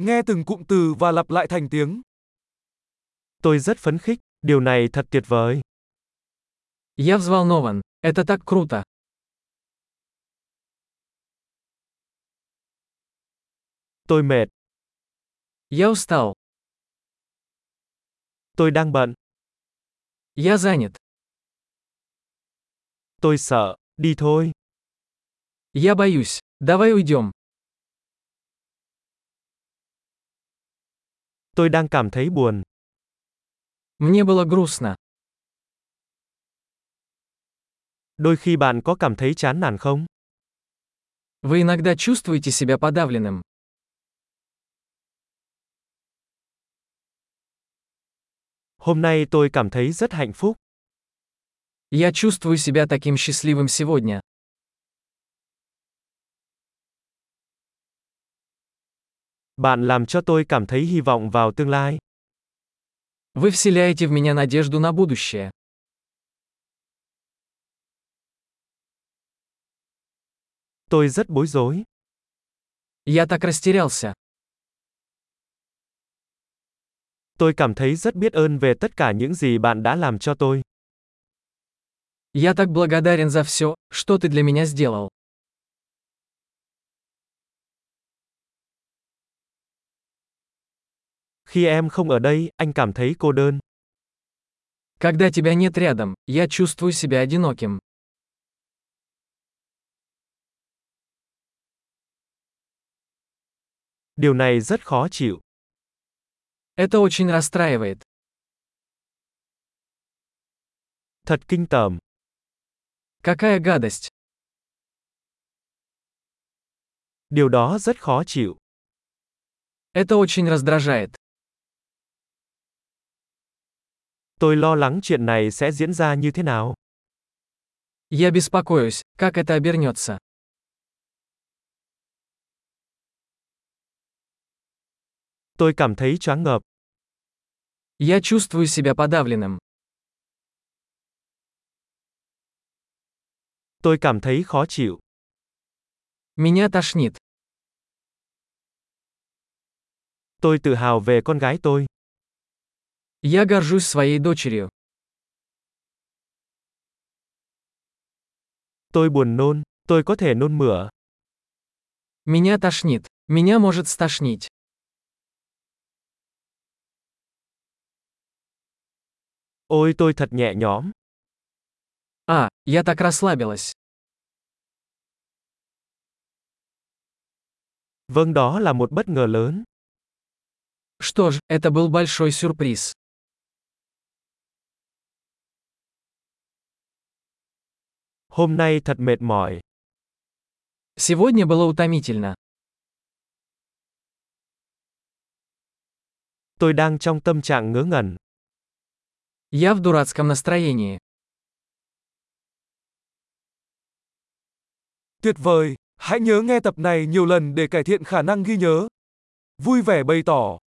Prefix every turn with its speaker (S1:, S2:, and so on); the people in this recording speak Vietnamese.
S1: Nghe từng cụm từ và lặp lại thành tiếng.
S2: Tôi rất phấn khích, điều này thật tuyệt vời.
S3: Я взволнован. Это так круто.
S2: Tôi mệt,
S3: Я устал.
S2: tôi đang bận,
S3: Я занят.
S2: tôi sợ, đi thôi.
S3: Я боюсь. Давай уйдем.
S2: Tôi đang cảm thấy buồn,
S3: Мне было грустно.
S2: đôi khi bạn có cảm thấy chán nản không?
S3: Вы иногда чувствуете себя подавленным.
S2: Hôm nay tôi cảm thấy rất hạnh phúc,
S3: Я чувствую себя таким счастливым сегодня.
S2: bạn làm cho tôi cảm thấy hy vọng vào tương lai.
S3: Вы вселяете в меня надежду на будущее.
S2: Tôi rất bối rối,
S3: Я так растерялся.
S2: tôi cảm thấy rất biết ơn về tất cả những gì bạn đã làm cho tôi.
S3: Я так благодарен за все, что ты для меня сделал.
S2: Khi em không ở đây, anh cảm thấy cô đơn.
S3: Когда тебя нет рядом, я чувствую себя одиноким.
S2: Điều này rất khó chịu.
S3: Это очень расстраивает.
S2: Thật kinh tởm.
S3: Какая гадость.
S2: Điều đó rất khó chịu.
S3: Это очень раздражает.
S2: Tôi lo lắng chuyện này sẽ diễn ra như thế nào.
S3: Я беспокоюсь, как это обернется.
S2: Tôi cảm thấy choáng ngợp.
S3: Я чувствую себя подавленным.
S2: Tôi cảm thấy khó chịu.
S3: Меня тошнит.
S2: Tôi tự hào về con gái tôi.
S3: Я горжусь своей дочерью.
S2: Tôi buồn nôn. Tôi có thể nôn mửa.
S3: Меня тошнит. Меня может стошнить.
S2: Ôi tôi thật nhẹ nhõm.
S3: А, я так расслабилась.
S2: Vâng đó là một bất ngờ lớn.
S3: Что ж, это был большой сюрприз.
S2: Hôm nay thật mệt mỏi.
S3: Сегодня было утомительно.
S2: Tôi đang trong tâm trạng ngớ ngẩn.
S3: Я в дурацком настроении.
S1: Tuyệt vời, hãy nhớ nghe tập này nhiều lần để cải thiện khả năng ghi nhớ. Vui vẻ bày tỏ